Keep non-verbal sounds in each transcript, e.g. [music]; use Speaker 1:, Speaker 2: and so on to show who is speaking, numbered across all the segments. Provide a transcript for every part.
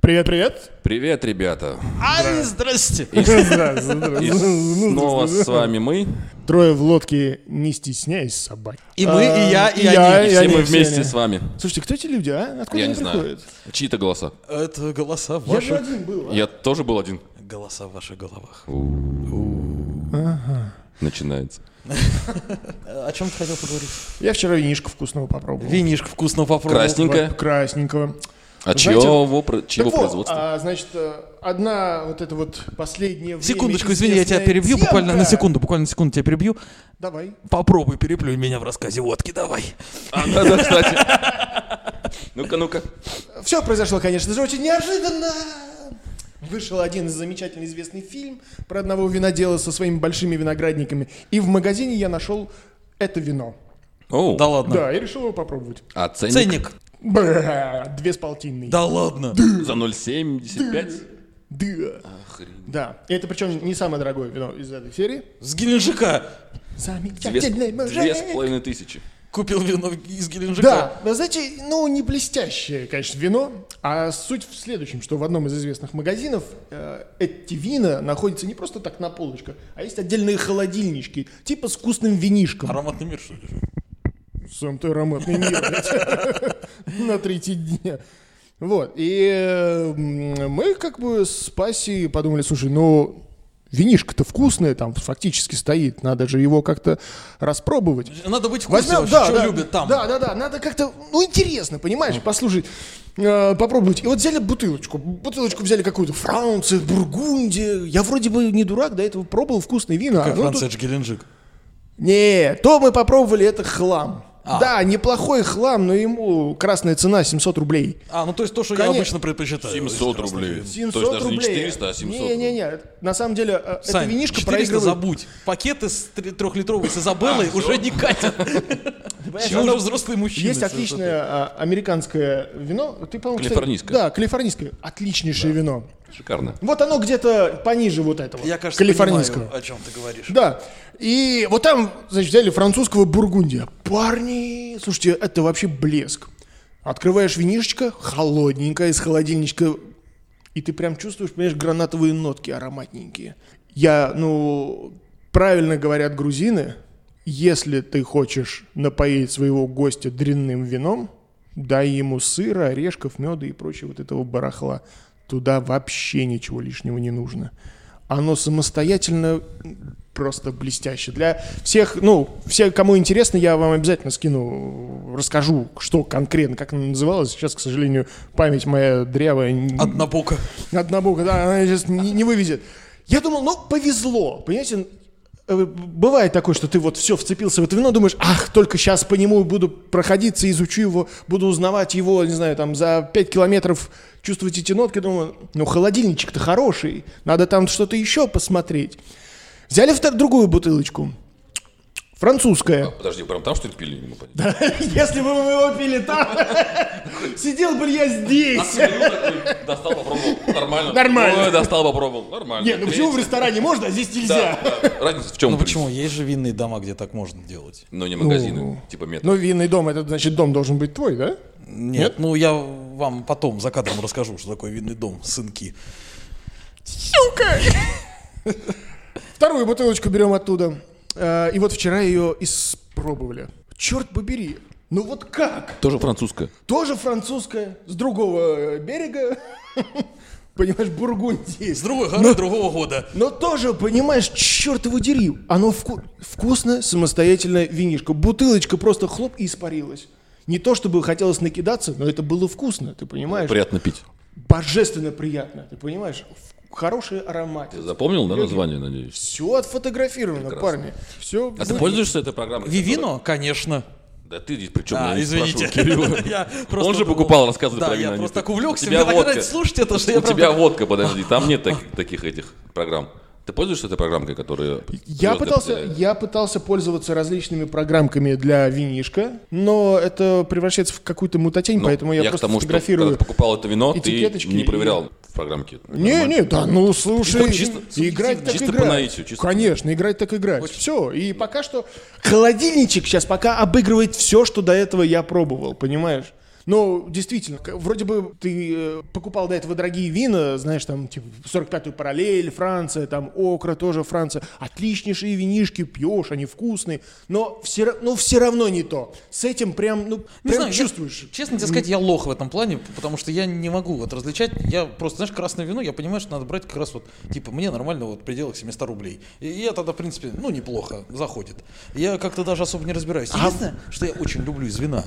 Speaker 1: Привет, привет.
Speaker 2: Привет, ребята.
Speaker 3: Ай, здрасте.
Speaker 1: Ну,
Speaker 2: И снова с вами мы.
Speaker 1: Трое в лодке, не стесняясь собак.
Speaker 3: И мы, и я, и
Speaker 2: И
Speaker 3: они.
Speaker 2: все мы
Speaker 1: они,
Speaker 2: вместе
Speaker 1: они.
Speaker 2: с вами.
Speaker 1: Слушайте, кто эти люди, а? Откуда
Speaker 2: Я не
Speaker 1: они
Speaker 2: знаю.
Speaker 1: приходят?
Speaker 2: Чьи-то голоса.
Speaker 3: Это голоса
Speaker 1: Я же
Speaker 3: ваши.
Speaker 1: один был. а.
Speaker 2: Я тоже был один.
Speaker 3: Голоса в ваших головах.
Speaker 2: Начинается.
Speaker 3: Э, О чем ты хотел поговорить?
Speaker 1: Я вчера винишко вкусного попробовал.
Speaker 3: Винишко вкусно попробовал.
Speaker 2: Красник. Винненькое.
Speaker 1: Красненького.
Speaker 2: А
Speaker 1: Знаете,
Speaker 2: чьего, про- чьего
Speaker 1: Так вот,
Speaker 2: производства?
Speaker 1: а, значит, э, одна вот эта вот последняя время
Speaker 3: Секундочку, извини, я тебя
Speaker 1: известная
Speaker 3: перебью буквально на
Speaker 1: темка.
Speaker 3: секунду, буквально на секунду тебя перебью.
Speaker 1: Давай.
Speaker 3: Попробуй переплюй меня в рассказе водки, давай.
Speaker 2: А, да-да, кстати. Ну-ка, ну-ка.
Speaker 1: Все произошло, конечно же, очень неожиданно. Вышел один замечательный известный фильм про одного винодела со своими большими виноградниками. И в магазине я нашел это вино.
Speaker 2: Оу,
Speaker 3: Да ладно.
Speaker 1: Да, и решил его попробовать.
Speaker 2: а ценник
Speaker 3: Ценник.
Speaker 1: Бра, две с полтинной.
Speaker 3: Да ладно.
Speaker 2: за 0,75?
Speaker 1: Да. Да. И это причем не самое дорогое вино из этой серии.
Speaker 3: С Геленджика.
Speaker 2: Две с-
Speaker 1: Замечательный
Speaker 2: две с
Speaker 1: мужик.
Speaker 2: половиной тысячи.
Speaker 3: Купил вино из Геленджика.
Speaker 1: Да, вы знаете, ну не блестящее, конечно, вино, а суть в следующем, что в одном из известных магазинов э, эти вина находятся не просто так на полочках, а есть отдельные холодильнички, типа с вкусным винишком.
Speaker 3: Ароматный мир, что ли?
Speaker 1: Сам ты ароматный мир, блядь. [laughs] на третий дня. Вот, и э, м, мы как бы с Пассией подумали, слушай, ну винишко-то вкусное там фактически стоит, надо же его как-то распробовать.
Speaker 3: Надо быть в курсе
Speaker 1: Возьмем,
Speaker 3: вообще,
Speaker 1: да,
Speaker 3: что
Speaker 1: да,
Speaker 3: любят там.
Speaker 1: Да, да, да. Надо как-то, ну, интересно, понимаешь, послушать, э, попробовать. И вот взяли бутылочку. Бутылочку взяли какую-то Франция, Бургундия. Я вроде бы не дурак, до этого пробовал вкусные вина. а
Speaker 3: Какая
Speaker 1: оно
Speaker 3: Франция,
Speaker 1: тут-
Speaker 3: это же Геленджик.
Speaker 1: Не, то мы попробовали, это хлам.
Speaker 3: А.
Speaker 1: Да, неплохой хлам, но ему красная цена 700 рублей.
Speaker 3: А, ну то есть то, что
Speaker 1: Конечно.
Speaker 3: я обычно предпочитаю.
Speaker 2: 700 рублей. То
Speaker 1: 700
Speaker 2: есть даже не
Speaker 1: рублей.
Speaker 2: 400, а 700.
Speaker 1: Не-не-не, на самом деле, э, это
Speaker 3: Сань,
Speaker 1: винишко
Speaker 3: 400
Speaker 1: проигрывает.
Speaker 3: забудь. Пакеты с три- трехлитровой с Изабеллой
Speaker 2: А,
Speaker 3: уже не катят. Мы уже взрослые мужчины.
Speaker 1: Есть отличное а, американское вино. Ты, по-моему, кстати-
Speaker 2: Калифорнийское.
Speaker 1: да, калифорнийское. Отличнейшее вино.
Speaker 2: Шикарно.
Speaker 1: Вот оно где-то пониже вот этого.
Speaker 3: Я, кажется,
Speaker 1: калифорнийского.
Speaker 3: понимаю, о чем ты говоришь.
Speaker 1: Да. И вот там, значит, взяли французского бургундия. Парни, слушайте, это вообще блеск. Открываешь винишечко, холодненькое, из холодильничка, и ты прям чувствуешь, понимаешь, гранатовые нотки ароматненькие. Я, ну, правильно говорят грузины, если ты хочешь напоить своего гостя дрянным вином, дай ему сыра, орешков, меда и прочего вот этого барахла. Туда вообще ничего лишнего не нужно. Оно самостоятельно м, просто блестяще. Для всех, ну, все, кому интересно, я вам обязательно скину, расскажу, что конкретно, как оно называлось. Сейчас, к сожалению, память моя дрявая. н-
Speaker 2: Ну,
Speaker 3: Однобоко.
Speaker 1: Однобоко, да, она сейчас не, не вывезет. Я думал, ну, повезло, понимаете? Э, Бывает такое, что ты вот все вцепился в это вино, думаешь, ах, только сейчас по нему буду проходиться, изучу его, буду узнавать его, не знаю, там, за 5 километров чувствовать эти нотки, думаю, ну, холодильничек-то хороший, надо там что-то еще посмотреть. Взяли втор- другую бутылочку, французская.
Speaker 2: Подожди, прям там что ли пили? Не могу понять.
Speaker 1: [laughs] Если бы мы его пили там, [laughs] сидел бы я здесь.
Speaker 2: Достал, попробовал. Нормально.
Speaker 1: Нормально.
Speaker 2: Ой, достал, попробовал. Нормально.
Speaker 1: Не, ну почему в ресторане можно, а здесь нельзя?
Speaker 2: Да, да. Разница в чем?
Speaker 3: Ну почему? Есть же винные дома, где так можно делать.
Speaker 2: Но не
Speaker 1: Ну,
Speaker 2: магазины, типа метро.
Speaker 1: Ну, винный дом, это значит дом должен быть твой, да?
Speaker 3: Нет, ну я вам потом за кадром расскажу, что такое винный дом, сынки.
Speaker 1: Вторую бутылочку берем оттуда. Э, И вот вчера ее испробовали. Черт побери, ну вот как?
Speaker 2: Тоже французская.
Speaker 1: Тоже французская, с другого э, берега, [laughs] понимаешь, Бургундии.
Speaker 3: С другой горы другого года.
Speaker 1: Но тоже, понимаешь, черт его дери. Оно вку- вкусное, самостоятельное винишко. Бутылочка просто хлоп и испарилась. Не то чтобы хотелось накидаться, но это было вкусно, ты понимаешь?
Speaker 2: Приятно пить.
Speaker 1: Божественно приятно, ты понимаешь? В- Хороший аромат.
Speaker 2: Ты запомнил, да, название, надеюсь?
Speaker 1: Все отфотографировано, парни. Все.
Speaker 2: А ты пользуешься этой программой?
Speaker 3: Вивино, конечно.
Speaker 2: которая- Да ты здесь при чем?
Speaker 3: А,
Speaker 2: Я не
Speaker 3: извините.
Speaker 2: спрашиваю, Кирилл.
Speaker 3: [laughs] Я просто
Speaker 2: Он же
Speaker 3: думал-
Speaker 2: покупал, рассказывает
Speaker 3: Да,
Speaker 2: про
Speaker 3: я
Speaker 2: вино. а не
Speaker 3: просто
Speaker 2: ты.
Speaker 3: так
Speaker 2: У
Speaker 3: увлекся,
Speaker 2: тебя
Speaker 3: мне так
Speaker 2: водка.
Speaker 3: нравится слушать это, что я
Speaker 2: У тебя
Speaker 3: правда...
Speaker 2: водка, подожди, там нет таких- таких этих программ. Ты пользуешься этой программкой, которая...
Speaker 1: Я
Speaker 2: звезды
Speaker 1: пытался,
Speaker 2: определяет?
Speaker 1: я пытался пользоваться различными программками для винишка, но это превращается в какую-то мутатень,
Speaker 2: Ну,
Speaker 1: поэтому я,
Speaker 2: к
Speaker 1: просто
Speaker 2: тому, что,
Speaker 1: фотографирую.
Speaker 2: когда ты покупал это вино, ты
Speaker 1: этикеточки
Speaker 2: не
Speaker 1: и-
Speaker 2: проверял в программке.
Speaker 1: Не, не, да, ну слушай,
Speaker 2: Это чисто-
Speaker 1: играть так
Speaker 2: чисто по
Speaker 1: играть.
Speaker 2: наитию, чисто по
Speaker 1: Конечно, играть так играть. Все, и пока что холодильничек сейчас пока обыгрывает все, что до этого я пробовал, понимаешь? Но действительно, к- вроде бы ты э, покупал до этого дорогие вина, знаешь, там, типа, 45-ю параллель, Франция, там, Окра тоже Франция. Отличнейшие винишки, пьешь, они вкусные, но все, ра- но все равно не то. С этим прям, ну, прям
Speaker 3: я-
Speaker 1: чувствуешь.
Speaker 3: честно тебе сказать, я лох в этом плане, п- потому что я не могу вот различать. Я просто, знаешь, красное вино, я понимаю, что надо брать как раз вот, типа, мне нормально вот в пределах 700 рублей. И я тогда, в принципе, ну, неплохо, заходит. Я как-то даже особо не разбираюсь.
Speaker 1: А
Speaker 3: Единственное, что я очень люблю из вина,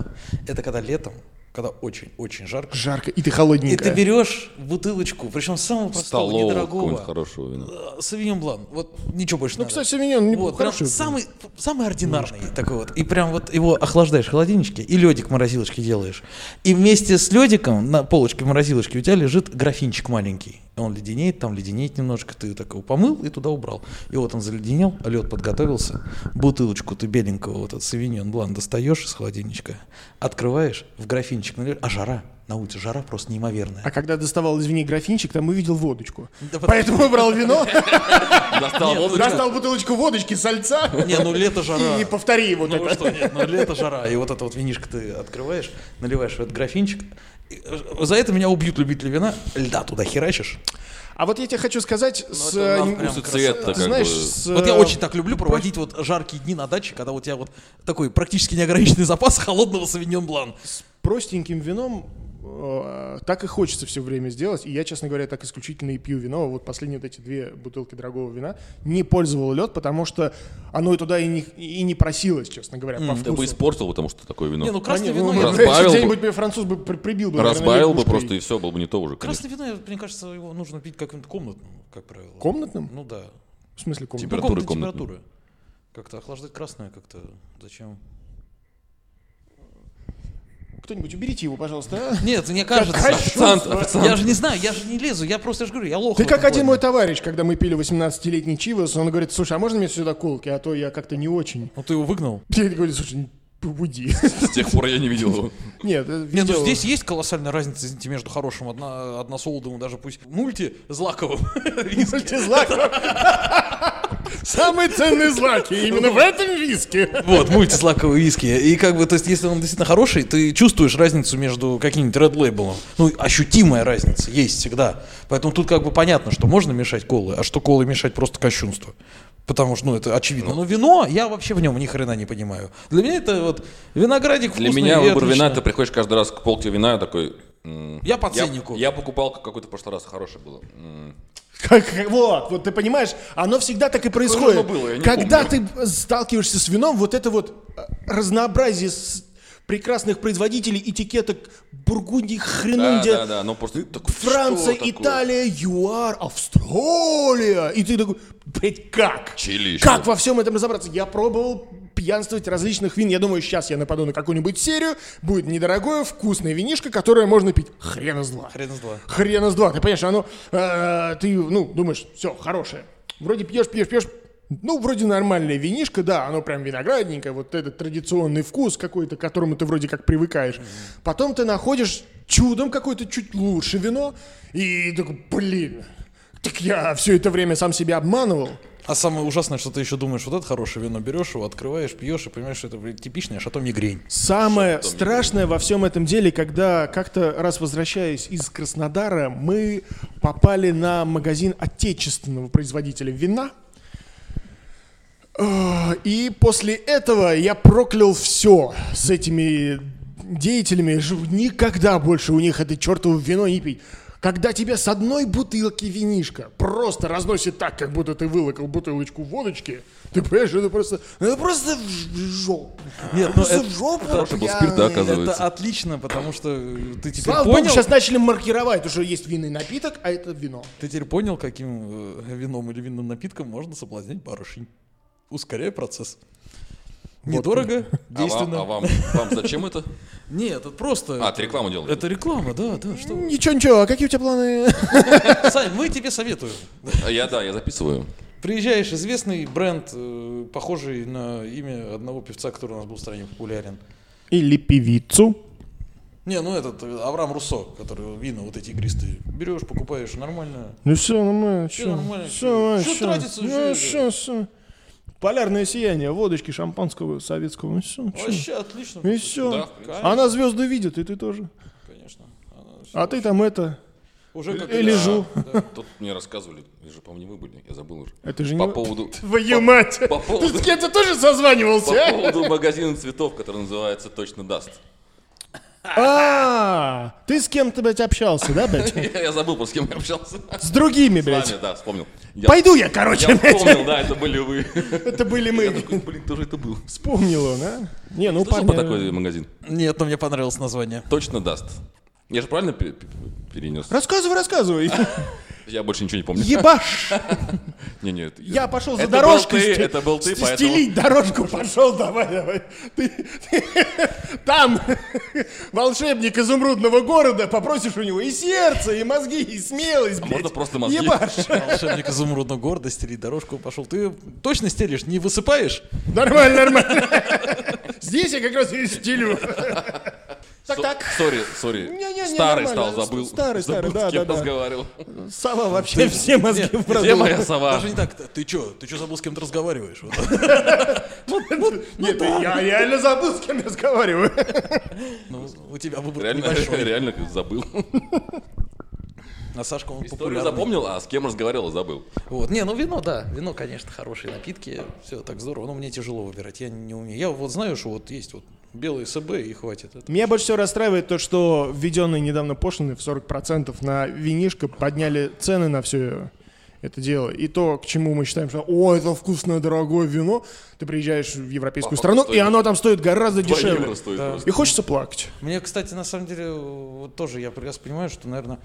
Speaker 3: это когда летом, когда очень-очень жарко,
Speaker 1: Жарко, и ты
Speaker 3: и
Speaker 1: холодненькая.
Speaker 3: ты берешь бутылочку, причем самого простого,
Speaker 2: Столового какого-нибудь
Speaker 3: недорогого,
Speaker 2: хорошего вина.
Speaker 3: Савиньон Блан, э, вот ничего больше
Speaker 1: Ну,
Speaker 3: надо.
Speaker 1: кстати, Савиньон не
Speaker 3: Вот, прям
Speaker 1: хороший.
Speaker 3: самый, самый ординарный такой вот. И прям вот его охлаждаешь в холодильничке и ледик в морозилочке делаешь. И вместе с ледиком на полочке морозилочки у тебя лежит графинчик маленький. И Он леденеет, там леденеет немножко, ты такой помыл и туда убрал. И вот он заледенел, лед подготовился, бутылочку ты беленького вот этот савиньон блан достаешь из холодильничка, открываешь, в графинчик наливаешь, а жара, на улице жара просто неимоверная.
Speaker 1: А когда доставал, извини, графинчик, там увидел водочку.
Speaker 3: Да потому-
Speaker 1: Поэтому выбрал
Speaker 3: [laughs]
Speaker 1: вино,
Speaker 2: Достал водочку.
Speaker 1: достал бутылочку водочки, сальца
Speaker 3: Не, ну лето жара.
Speaker 1: и повтори вот
Speaker 3: Ну вы
Speaker 1: это.
Speaker 3: что, нет, ну лето жара, и вот это вот винишко ты открываешь, наливаешь в этот графинчик. И, э, За это меня убьют любители вина. Льда туда херачишь.
Speaker 1: А вот я тебе хочу сказать, с,
Speaker 3: Ну, это у нас
Speaker 1: э,
Speaker 2: Вкус
Speaker 3: прям
Speaker 2: и
Speaker 3: красота.
Speaker 2: цвет-то
Speaker 1: ты
Speaker 2: как
Speaker 1: знаешь,
Speaker 2: бы.
Speaker 1: с,
Speaker 3: Вот я
Speaker 1: э,
Speaker 3: очень так люблю проводить вот жаркие дни на даче, когда у тебя вот такой практически неограниченный запас холодного савиньон блан.
Speaker 1: простеньким вином э, так и хочется все время сделать. И я, честно говоря, так исключительно и пью вино. Вот последние вот эти две бутылки дорогого вина не пользовал лед, потому что оно и туда и не, и не просилось, честно говоря, по
Speaker 2: Ты
Speaker 1: вкусу.
Speaker 2: бы испортил, потому что такое вино.
Speaker 3: Не, ну красное
Speaker 1: Понятно,
Speaker 3: вино,
Speaker 1: ну,
Speaker 3: я-
Speaker 2: Разбавил
Speaker 1: если
Speaker 2: бы.
Speaker 1: где-нибудь меня француз бы при- прибил бы. наверное,
Speaker 2: Разбавил бы
Speaker 1: лягушкой.
Speaker 2: просто и все, было бы не то уже. конечно.
Speaker 3: красное вино, я- мне кажется, его нужно пить каким-то комнатным, как правило.
Speaker 1: Комнатным?
Speaker 3: Ну да.
Speaker 1: В смысле комнатным?
Speaker 3: Ну,
Speaker 2: Температуры
Speaker 3: комнатной
Speaker 2: комнатной.
Speaker 3: температуры. Как-то охлаждать красное как-то. Зачем?
Speaker 1: Кто-нибудь уберите его, пожалуйста. а?
Speaker 3: Нет, мне кажется.
Speaker 2: Официант, официант.
Speaker 3: Я же не знаю, я же не лезу, я просто я же говорю, я лох.
Speaker 1: Ты
Speaker 3: в
Speaker 1: как
Speaker 3: этом
Speaker 1: один
Speaker 3: плане.
Speaker 1: мой товарищ, когда мы пили 18-летний Чивас, он говорит, слушай, а можно мне сюда колки, а то я как-то не очень.
Speaker 3: Ну ты его выгнал.
Speaker 1: Я говорю, слушай, побуди. [laughs]
Speaker 2: С тех пор я не видел его.
Speaker 1: Нет, это
Speaker 3: Нет, ну
Speaker 1: видео. [laughs]
Speaker 3: здесь есть колоссальная разница, извините, между хорошим одно, односолодовым, даже пусть мульти злаковым. виски.
Speaker 1: Слушайте, злак. [laughs] Самые ценные злаки именно в этом виске.
Speaker 3: [laughs] Вот, мультизлаковые виски. И как бы, то есть, если он действительно хороший, ты чувствуешь разницу между каким-нибудь Red Label. Ну, ощутимая разница есть всегда. Поэтому тут как бы понятно, что можно мешать колы, а что колы мешать просто кощунство. Потому что, ну, это очевидно. Но вино, я вообще в нем ни хрена не понимаю. Для меня это вот виноградик
Speaker 2: Для
Speaker 3: вкусный
Speaker 2: меня
Speaker 3: и
Speaker 2: выбор вина,
Speaker 3: отлично.
Speaker 2: ты приходишь каждый раз к полке вина, и такой... м,
Speaker 3: Я по ценнику.
Speaker 2: Я покупал какой-то в прошлый раз, хороший был. М,
Speaker 1: Как- вот, вот ты понимаешь, оно всегда так и происходит.
Speaker 2: оно было, я не
Speaker 1: Когда ты сталкиваешься с вином, вот это вот э, разнообразие с- прекрасных производителей, этикеток, Бургундии,
Speaker 2: Да,
Speaker 1: Хренунди,
Speaker 2: да, да, но просто... ты такой,
Speaker 1: Франция,
Speaker 2: что такое?
Speaker 1: Италия, ЮАР, Австралия. И ты такой, блядь, как?
Speaker 2: Чили еще.
Speaker 1: Как во всем этом разобраться? Я пробовал пьянствовать различных вин. Я думаю, сейчас я нападу на какую-нибудь серию. Будет недорогое, вкусное винишко, которое можно пить. Хрена с два.
Speaker 3: Хрен с два.
Speaker 1: Хрена с два. Ты понимаешь, оно... э, ты, ну, думаешь, все, хорошее. Вроде пьешь, пьешь, пьешь. Ну, вроде нормальное винишко, да, оно прям виноградненькое, вот этот традиционный вкус какой-то, к которому ты вроде как привыкаешь. Потом ты находишь чудом какое-то чуть лучше вино, и такой, блин, так я все это время сам себя обманывал.
Speaker 3: А самое ужасное, что ты еще думаешь, вот это хорошее вино берешь, его открываешь, пьешь и понимаешь, что это блин, типичное шато мигрень.
Speaker 1: Самое страшное во всем этом деле, когда как-то раз возвращаясь из Краснодара, мы попали на магазин отечественного производителя вина. Э, И после этого я проклял все с этими деятелями. Ж- Никогда больше у них это чертово вино не пить. Когда тебя с одной бутылки винишка просто разносит так, как будто ты вылокал бутылочку водочки, ты понимаешь, это просто, это просто в жопу.
Speaker 3: Нет, ну
Speaker 1: Просто
Speaker 3: это,
Speaker 1: в жопу
Speaker 2: Хороший был
Speaker 1: пьяный.
Speaker 2: спирт, да,
Speaker 3: это
Speaker 2: оказывается. А
Speaker 3: отлично, потому что э, ты теперь
Speaker 1: Слава
Speaker 3: понял,
Speaker 1: богу, сейчас начали маркировать, уже есть винный напиток, а это вино.
Speaker 3: ты теперь понял, каким э, вином или винным напитком можно соблазнять барышень. Ускоряй процесс. Недорого,
Speaker 2: А вам,
Speaker 3: действенно.
Speaker 2: а вам, вам зачем это?
Speaker 3: Нет, это просто.
Speaker 2: А, ты рекламу делал?
Speaker 3: Это реклама, да, да. Что? вы.
Speaker 1: Ничего, ничего, а какие у тебя планы? [laughs]
Speaker 3: Сань, мы тебе советуем.
Speaker 2: А Я, да, я записываю.
Speaker 3: Приезжаешь, известный бренд, э, похожий на имя одного певца, который у нас был в стране популярен.
Speaker 1: Или певицу.
Speaker 3: Не, ну этот э, Авраам Руссо, который э, вина вот эти игристые. Берешь, покупаешь, нормально.
Speaker 1: Ну все, нормально,
Speaker 3: Всё нормально, всё. Всё тратится уже, да.
Speaker 1: все, все. Полярное сияние, водочки, шампанского, советского. ну И все.
Speaker 3: Вообще отлично.
Speaker 1: Ну И все.
Speaker 2: Да, в принципе.
Speaker 1: Она звезды видит, и ты тоже.
Speaker 3: Конечно. Она всё-
Speaker 1: А ты там это.
Speaker 3: Уже как
Speaker 1: э, лежу.
Speaker 2: Тут мне рассказывали, это же, по-моему, не вы были, я забыл уже.
Speaker 1: Это же
Speaker 2: По
Speaker 1: не-
Speaker 2: поводу...
Speaker 1: Твою мать!
Speaker 2: по поводу-
Speaker 1: Ты с кем-то тоже созванивался,
Speaker 2: По
Speaker 1: а?
Speaker 2: поводу магазина цветов, который называется «Точно даст». [laughs]
Speaker 1: А, ты с кем-то, блядь, общался, да, блядь?
Speaker 2: [laughs] Я я забыл, просто с кем я общался.
Speaker 1: С другими,
Speaker 2: С
Speaker 1: блядь.
Speaker 2: вами, да, вспомнил. Я-
Speaker 1: Пойду я, короче,
Speaker 2: Я
Speaker 1: блядь.
Speaker 2: вспомнил, да, это были вы. [laughs]
Speaker 1: Это были
Speaker 2: Я
Speaker 1: мы.
Speaker 2: такой, блин, кто же это был?
Speaker 1: Вспомнил он, а? Не, ну
Speaker 2: Слышал про
Speaker 1: парня-
Speaker 2: такой магазин?
Speaker 3: Нет, но мне понравилось название.
Speaker 2: [laughs] Точно даст. Я же правильно пере- пере- перенес?
Speaker 1: Рассказывай, рассказывай. [laughs]
Speaker 2: Я больше ничего не помню.
Speaker 1: Ебаш!
Speaker 2: Не, нет.
Speaker 1: Я пошел за
Speaker 2: Это был
Speaker 1: дорожкой.
Speaker 2: ты,
Speaker 1: сте-
Speaker 2: это был ты,
Speaker 1: сте-
Speaker 2: поэтому-
Speaker 1: Стелить
Speaker 2: [laughs]
Speaker 1: дорожку пошел, давай, давай. Ты- ты- [laughs] Там [laughs] волшебник изумрудного города, попросишь у него и сердце, и мозги, и смелость, блядь.
Speaker 2: А можно просто мозги?
Speaker 1: Ебаш.
Speaker 2: [laughs]
Speaker 3: Волшебник изумрудного города стелить дорожку пошел. Ты её точно стелишь, не высыпаешь?
Speaker 1: Нормально, нормально. [laughs] Здесь я как раз и
Speaker 2: [laughs]
Speaker 1: стелю. Так,
Speaker 2: Со-
Speaker 1: так.
Speaker 2: Сори, сори.
Speaker 1: Не-не-не,
Speaker 2: Старый
Speaker 1: нормально.
Speaker 2: стал, забыл.
Speaker 1: Старый, старый,
Speaker 2: Забыл,
Speaker 1: да,
Speaker 2: с кем
Speaker 1: да, да.
Speaker 2: разговаривал.
Speaker 1: Сова вообще [laughs] все мозги
Speaker 3: Нет,
Speaker 1: продула.
Speaker 2: Где моя сова?
Speaker 3: Даже не так. Ты чё? Ты чё забыл, с кем-то разговариваешь? Вот.
Speaker 1: Нет, я реально забыл, с кем я разговариваю.
Speaker 3: Ну, у тебя
Speaker 2: [laughs]
Speaker 3: выбор
Speaker 2: Реально,
Speaker 3: небольшой.
Speaker 2: реально как забыл.
Speaker 3: А Сашка, он
Speaker 2: Историю
Speaker 3: популярный.
Speaker 2: запомнил, а с кем разговаривал, забыл.
Speaker 3: Вот. Не, ну вино, да. Вино, конечно, хорошие напитки. Все так здорово. Но мне тяжело выбирать. Я не умею. Я вот знаю, что вот есть вот белые СБ и хватит. Это-
Speaker 1: Меня больше всего расстраивает то, что введенные недавно пошлины в 40% на винишко подняли цены на все это дело. И то, к чему мы считаем, что «О, это вкусное, дорогое вино», ты приезжаешь в европейскую
Speaker 2: По факту
Speaker 1: страну, и
Speaker 2: стоит
Speaker 1: оно там стоит гораздо
Speaker 2: а Два
Speaker 1: дешевле.
Speaker 2: евро стоит
Speaker 3: Да.
Speaker 2: просто.
Speaker 1: И хочется плакать.
Speaker 3: Мне, кстати, на самом деле, вот тоже я прекрасно понимаю, что, наверное,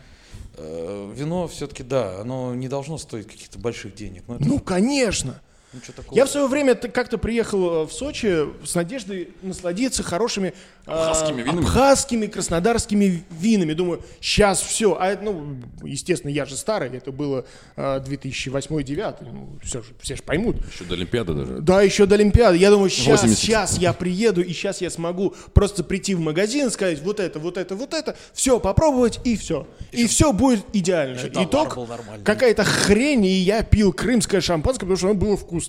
Speaker 3: э, вино все-таки, да, оно не должно стоить каких-то больших денег. Ну, это
Speaker 1: Ну, конечно.
Speaker 3: ничего такого.
Speaker 1: Я в свое время т- как-то приехал э, в Сочи с надеждой насладиться хорошими э,
Speaker 2: Абхазскими винами?
Speaker 1: абхазскими, краснодарскими винами. Думаю, сейчас все. А, это, ну, естественно, я же старый, это было э, 2008-2009. Ну, все, же, все же поймут.
Speaker 2: Еще до Олимпиады даже.
Speaker 1: Да, еще до Олимпиады. Я думаю, сейчас,
Speaker 2: 80.
Speaker 1: сейчас я приеду, и сейчас я смогу просто прийти в магазин, сказать вот это, вот это, вот это, все попробовать, и все. И все будет идеально.
Speaker 3: товар
Speaker 1: Итог,
Speaker 3: был нормальный.
Speaker 1: какая-то хрень, и я пил крымское шампанское, потому что оно было вкусным.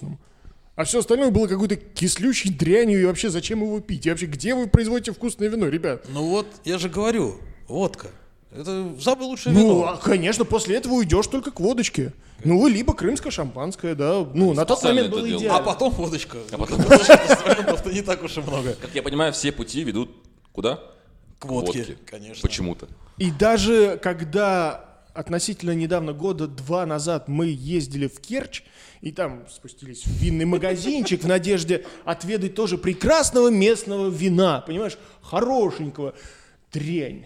Speaker 1: А все остальное было какой-то кислющей дрянью, и вообще зачем его пить? И вообще, где вы производите вкусное вино, ребят?
Speaker 3: Ну вот, я же говорю, водка. Это самое лучшее
Speaker 1: Ну,
Speaker 3: вино.
Speaker 1: а, конечно, после этого уйдешь только к водочке. Ну, либо крымское шампанское, да. Ну, на тот
Speaker 2: специально
Speaker 1: момент
Speaker 2: это
Speaker 1: было
Speaker 2: делают.
Speaker 1: идеально.
Speaker 3: А потом водочка. Ну,
Speaker 2: А потом-
Speaker 3: Просто не так уж и много.
Speaker 2: Как я понимаю, все пути ведут куда?
Speaker 3: К водке, конечно.
Speaker 2: Почему-то.
Speaker 1: И даже когда относительно недавно, года два назад, мы ездили в Керчь, и там спустились в винный магазинчик в надежде отведать тоже прекрасного местного вина, понимаешь, хорошенького, дрянь.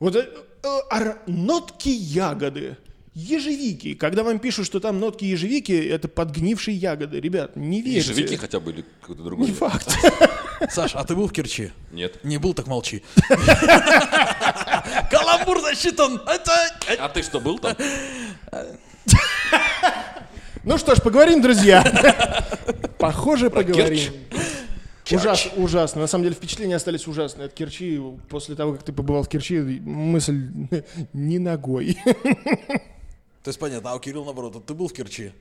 Speaker 1: Вот э, э, ор- нотки ягоды, ежевики. Когда вам пишут, что там нотки ежевики, это подгнившие ягоды. Ребят, не верьте.
Speaker 2: Ежевики хотя бы или какой-то другой.
Speaker 1: Не факт.
Speaker 3: Саш, а ты был в Керчи?
Speaker 2: Нет.
Speaker 3: Не был, так молчи.
Speaker 2: [laughs]
Speaker 3: Каламбур засчитан. Это... э,
Speaker 2: А ты что,
Speaker 1: [laughs]
Speaker 2: был там?
Speaker 1: Ну что ж, поговорим, друзья. Похоже,
Speaker 2: Керчь.
Speaker 1: поговорим. Ужас, ужасно. На самом деле впечатления остались ужасные от Керчи. После того, как ты побывал в Керчи, мысль [laughs] не ногой.
Speaker 3: То есть понятно, а у Кирилла наоборот, вот ты был в Керчи?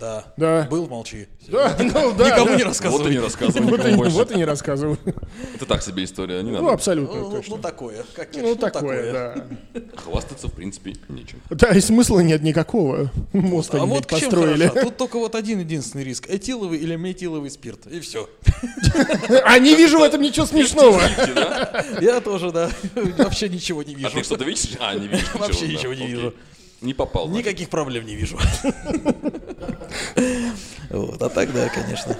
Speaker 3: Да.
Speaker 1: Да.
Speaker 3: Был, молчи.
Speaker 1: Да, [laughs] ну да,
Speaker 3: Никому
Speaker 1: да.
Speaker 2: Вот и
Speaker 3: не
Speaker 2: не
Speaker 3: рассказывай.
Speaker 2: рассказывай
Speaker 1: Вот и-
Speaker 2: никому больше.
Speaker 1: Вот и не рассказываю.
Speaker 2: Это так себе история, не
Speaker 1: Ну,
Speaker 2: надо.
Speaker 1: абсолютно
Speaker 3: Ну, ну,
Speaker 1: точно.
Speaker 3: такое. Как Керчь,
Speaker 1: Ну, такое, да.
Speaker 2: Хвастаться, в принципе, нечем.
Speaker 1: Да, и смысла нет никакого. Мост
Speaker 3: А
Speaker 1: они, блядь,
Speaker 3: вот к чем
Speaker 1: построили.
Speaker 3: хороша. Тут только вот один единственный риск. Этиловый или метиловый спирт. И все.
Speaker 1: [laughs] А не вижу в этом ничего смешного.
Speaker 2: Видите, да?
Speaker 1: [laughs]
Speaker 3: Я тоже, да. [laughs] Вообще ничего не
Speaker 2: А
Speaker 3: вижу.
Speaker 2: ты что-то видишь? А, не
Speaker 1: [laughs]
Speaker 2: вижу.
Speaker 3: Вообще
Speaker 2: да,
Speaker 3: ничего не
Speaker 2: окей.
Speaker 3: вижу.
Speaker 2: Не попал. значит.
Speaker 3: Никаких проблем не вижу. [laughs] Вот, а так, да, конечно.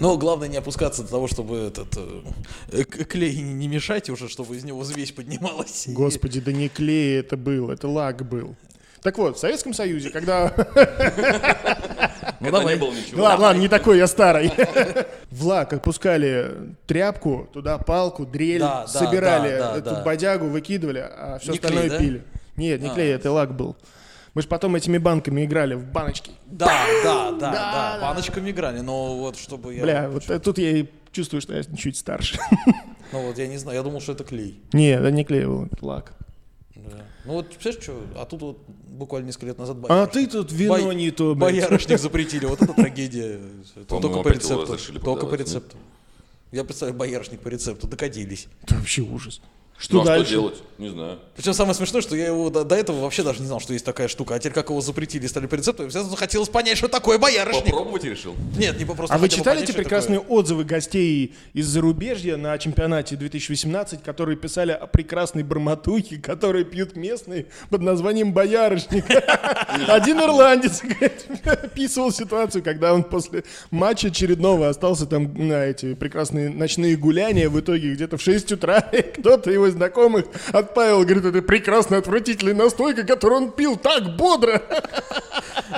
Speaker 3: Но главное не опускаться до того, чтобы этот э, к- клей не не мешать уже, чтобы из него взвесь поднималась.
Speaker 1: Господи, да не клей это был, это лак был. Так вот, в Советском Союзе, когда
Speaker 3: Ну,
Speaker 2: Когда
Speaker 3: давай.
Speaker 2: не было
Speaker 1: Ну
Speaker 2: ничего.
Speaker 1: ладно, ладно, не такой, я старый. [laughs] В лак отпускали тряпку, туда палку, дрель,
Speaker 3: Да, да,
Speaker 1: собирали
Speaker 3: да, да,
Speaker 1: эту
Speaker 3: да.
Speaker 1: бодягу, выкидывали, а все
Speaker 3: Не клей,
Speaker 1: остальное
Speaker 3: да? А.
Speaker 1: пили. Нет, не клей, это лак был. Мы же потом этими банками играли в баночки.
Speaker 3: Да, да, да, да. Баночка миграни, но вот чтобы я...
Speaker 1: Бля, вот э, тут я и чувствую, что я чуть старше. [laughs]
Speaker 3: Ну вот я не знаю, я думал, что это клей.
Speaker 1: Не, это не клей был, это лак.
Speaker 3: Ну, Ну вот, представляешь, что, а тут вот буквально несколько лет назад
Speaker 1: А
Speaker 3: боярышник.
Speaker 1: ты тут вино
Speaker 3: Бо-
Speaker 1: не то, блядь.
Speaker 3: Боярышник запретили, вот это трагедия. Это
Speaker 2: По-моему,
Speaker 3: Только по
Speaker 2: опять его
Speaker 3: рецепту.
Speaker 2: разрешили
Speaker 3: Только по
Speaker 2: продавать, да?
Speaker 3: рецепту. Я представляю, боярышник по рецепту, докатились.
Speaker 1: Это вообще ужас. Что
Speaker 2: Ну, а
Speaker 1: дальше?
Speaker 2: что делать? Не знаю.
Speaker 3: Причем самое смешное, что я его до, до этого вообще даже не знал, что есть такая штука. А теперь как его запретили и стали по рецепту, я сразу захотелось понять, что такое боярышник.
Speaker 2: Попробовать решил.
Speaker 3: Нет, не попросту.
Speaker 1: А вы
Speaker 3: хотя бы
Speaker 1: читали
Speaker 3: понять,
Speaker 1: эти
Speaker 3: что
Speaker 1: прекрасные
Speaker 3: такое.
Speaker 1: отзывы гостей из зарубежья на чемпионате 2018, которые писали о прекрасной барматухе, которые пьют местные под названием «Боярышник». Один ирландец говорит, описывал ситуацию, когда он после матча очередного остался там на эти прекрасные ночные гуляния. В итоге где-то в 6 утра [laughs] кто-то его из знакомых отправил, говорит, это прекрасно отвратительная настойка, которую он пил так бодро.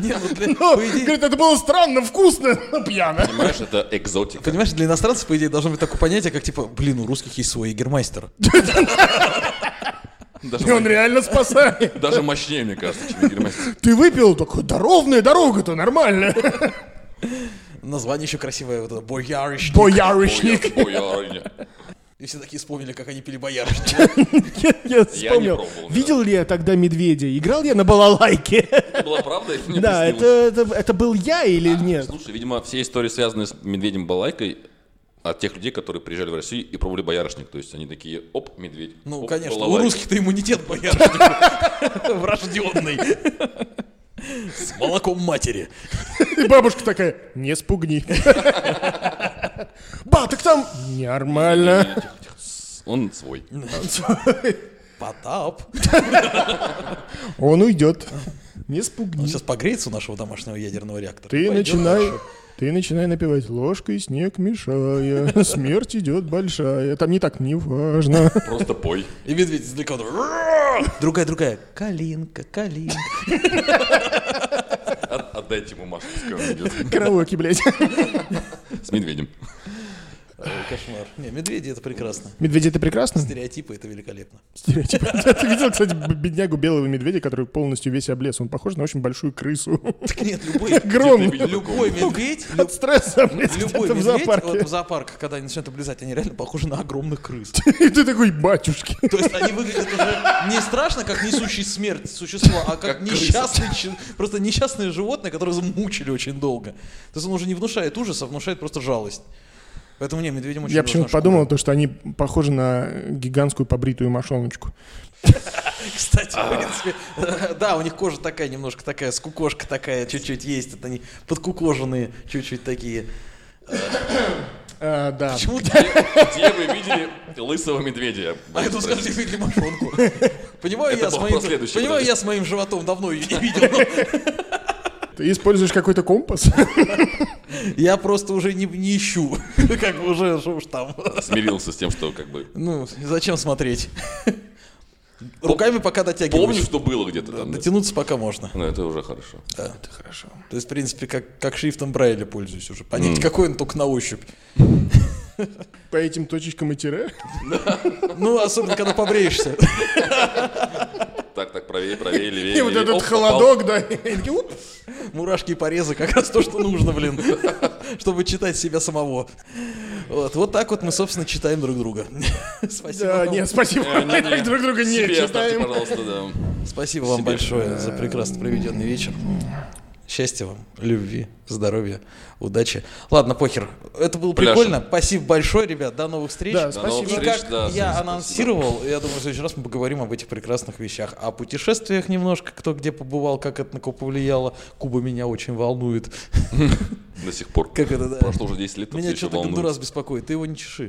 Speaker 3: Не, ну
Speaker 1: [laughs]
Speaker 3: для-
Speaker 1: Но,
Speaker 3: по идее-
Speaker 1: говорит, это было странно, вкусно, но пьяно.
Speaker 2: Понимаешь, это
Speaker 1: [laughs]
Speaker 2: экзотика.
Speaker 3: Понимаешь, для иностранцев, по идее, должно быть такое понятие, как типа, блин, у русских есть свой егермайстер.
Speaker 1: И он
Speaker 2: Даже,
Speaker 1: реально спасает.
Speaker 2: даже мощнее, мне кажется, чем Гермастер.
Speaker 1: [laughs] Ты выпил? Такой, да ровная дорога-то, [laughs] нормально.
Speaker 3: Название еще красивое, вот это,
Speaker 1: [laughs]
Speaker 3: боярышник.
Speaker 1: Боярышник.
Speaker 3: И все такие вспомнили, как они пили боярышник.
Speaker 1: Я, я вспомнил.
Speaker 2: пробовал, да.
Speaker 1: Видел ли я тогда медведя? Играл я на балалайке?
Speaker 2: Это была правда или не
Speaker 1: Да, это,
Speaker 2: приснилось?
Speaker 1: это, это был я или нет?
Speaker 2: Слушай, видимо, все истории, связанные с медведем Балайкой, от тех людей, которые приезжали в Россию и пробовали боярышник. То есть они такие, оп, медведь.
Speaker 3: Ну,
Speaker 2: оп,
Speaker 3: конечно, у
Speaker 2: балалайка.
Speaker 3: русских-то иммунитет боярышник. Врожденный. С молоком матери.
Speaker 1: И бабушка такая, не спугни. [laughs] Ба, так там... Нормально.
Speaker 2: Он свой.
Speaker 1: Ну.
Speaker 3: Потап.
Speaker 1: Он уйдет. Не спугни.
Speaker 3: Он сейчас погреется у нашего домашнего ядерного реактора.
Speaker 1: Ты
Speaker 3: Пойдет
Speaker 1: начинай...
Speaker 3: дальше.
Speaker 1: Ты начинай напевать ложкой, снег мешая, [laughs] смерть идет большая. Там не так, не важно.
Speaker 2: Просто пой.
Speaker 3: И медведь издалека. вот, Другая, другая. Калинка, калинка.
Speaker 2: От- Отдайте ему Машу, пускай он идет.
Speaker 1: [laughs] Караоке, блядь.
Speaker 2: С медведем.
Speaker 3: Ой, Кошмар. Не, медведи это прекрасно.
Speaker 1: [laughs] Медведи, это прекрасно?
Speaker 3: Стереотипы это великолепно.
Speaker 1: [laughs] Стереотип. Ты типа, видел, кстати, б- беднягу белого медведя, который полностью весь облез? Он похож на очень большую крысу. [laughs]
Speaker 3: Так нет, любой,
Speaker 1: Огромный.
Speaker 2: видел?
Speaker 3: любой медведь, лю-
Speaker 1: От стресса, блядь,
Speaker 3: любой
Speaker 1: где-то в
Speaker 3: медведь, вот
Speaker 1: зоопарке.
Speaker 3: в зоопарках, когда они начинают облизать, они реально похожи на огромных крыс.
Speaker 1: [laughs] И ты такой, батюшки.
Speaker 3: То есть они выглядят уже не страшно, как несущий смерть существо, а как,
Speaker 2: Как крыса.
Speaker 3: несчастный, че- просто несчастное животное, которое замучили очень долго. То есть он уже не внушает ужаса, а внушает просто жалость. Поэтому не, медведям очень
Speaker 1: Я
Speaker 3: нужна
Speaker 1: почему-то
Speaker 3: шкура.
Speaker 1: подумал, то, что они похожи на гигантскую побритую мошоночку.
Speaker 3: [laughs] Кстати,
Speaker 2: а.
Speaker 3: в принципе, [laughs] да, у них кожа такая немножко такая, скукошка такая, чуть-чуть есть, это они подкукоженные, чуть-чуть такие.
Speaker 1: А, Да.
Speaker 3: [laughs] Почему-то
Speaker 2: Где где вы видели лысого медведя?
Speaker 3: А
Speaker 1: ну
Speaker 3: я тут сказал, что
Speaker 2: [laughs]
Speaker 3: видели мошонку. Понимаю,
Speaker 2: Это
Speaker 3: я с
Speaker 2: был
Speaker 3: моим,
Speaker 2: вопрос следующий,
Speaker 3: понимаю
Speaker 2: подожди.
Speaker 3: я с моим животом давно ее не видел.
Speaker 1: [laughs] Ты используешь какой-то компас? [laughs]
Speaker 3: но Я просто уже не, не ищу. [laughs] Как бы уже, что уж там.
Speaker 2: Смирился с тем, что как бы...
Speaker 3: Ну, [laughs]
Speaker 1: [laughs]
Speaker 3: зачем смотреть? Руками пока
Speaker 2: Помню,
Speaker 3: дотягиваюсь.
Speaker 2: что было где-то там.
Speaker 1: типа-
Speaker 2: да.
Speaker 3: Дотянуться пока можно.
Speaker 2: Ну, это уже хорошо.
Speaker 1: Это хорошо.
Speaker 3: То есть, в принципе, как, как шрифтом Брайля пользуюсь уже. Понять, какой он только на ощупь.
Speaker 1: По этим точечкам и тире?
Speaker 3: Ну, особенно, когда побреешься. [laughs]
Speaker 2: Так, так, правее, правее, левее.
Speaker 1: И вот
Speaker 2: левее.
Speaker 1: этот
Speaker 2: Э, Оп, попал.
Speaker 1: холодок, да. [laughs] и такие, уп.
Speaker 3: Мурашки и порезы как раз то, что нужно, блин. [laughs] Чтобы читать себя самого. Вот, вот так вот мы, собственно, читаем друг друга. [laughs] Спасибо.
Speaker 1: Да,
Speaker 3: вам.
Speaker 1: нет, спасибо. Мы [laughs]
Speaker 2: Не-не-не.
Speaker 1: так друг друга не
Speaker 2: Себе оставьте,
Speaker 1: читаем.
Speaker 2: пожалуйста, да.
Speaker 3: Спасибо вам большое за прекрасно проведенный вечер. Счастья вам, любви, здоровья, удачи. Ладно, похер. Это было
Speaker 2: Пляшем.
Speaker 3: прикольно. Спасибо большое, ребят. До новых встреч.
Speaker 1: Да,
Speaker 2: До новых
Speaker 1: спасибо.
Speaker 3: И
Speaker 2: встреч,
Speaker 3: как
Speaker 2: да,
Speaker 3: я
Speaker 2: спасибо.
Speaker 3: анонсировал, я думаю, в следующий раз мы поговорим об этих прекрасных вещах. О путешествиях немножко, кто где побывал, как это на кого повлияло. Куба меня очень волнует. [laughs]
Speaker 2: До сих пор.
Speaker 3: Как это, да?
Speaker 2: Прошло уже 10 лет, а
Speaker 3: Меня
Speaker 2: всё ещё
Speaker 3: что-то
Speaker 2: волнует.
Speaker 3: раз беспокоит. Ты его не чеши.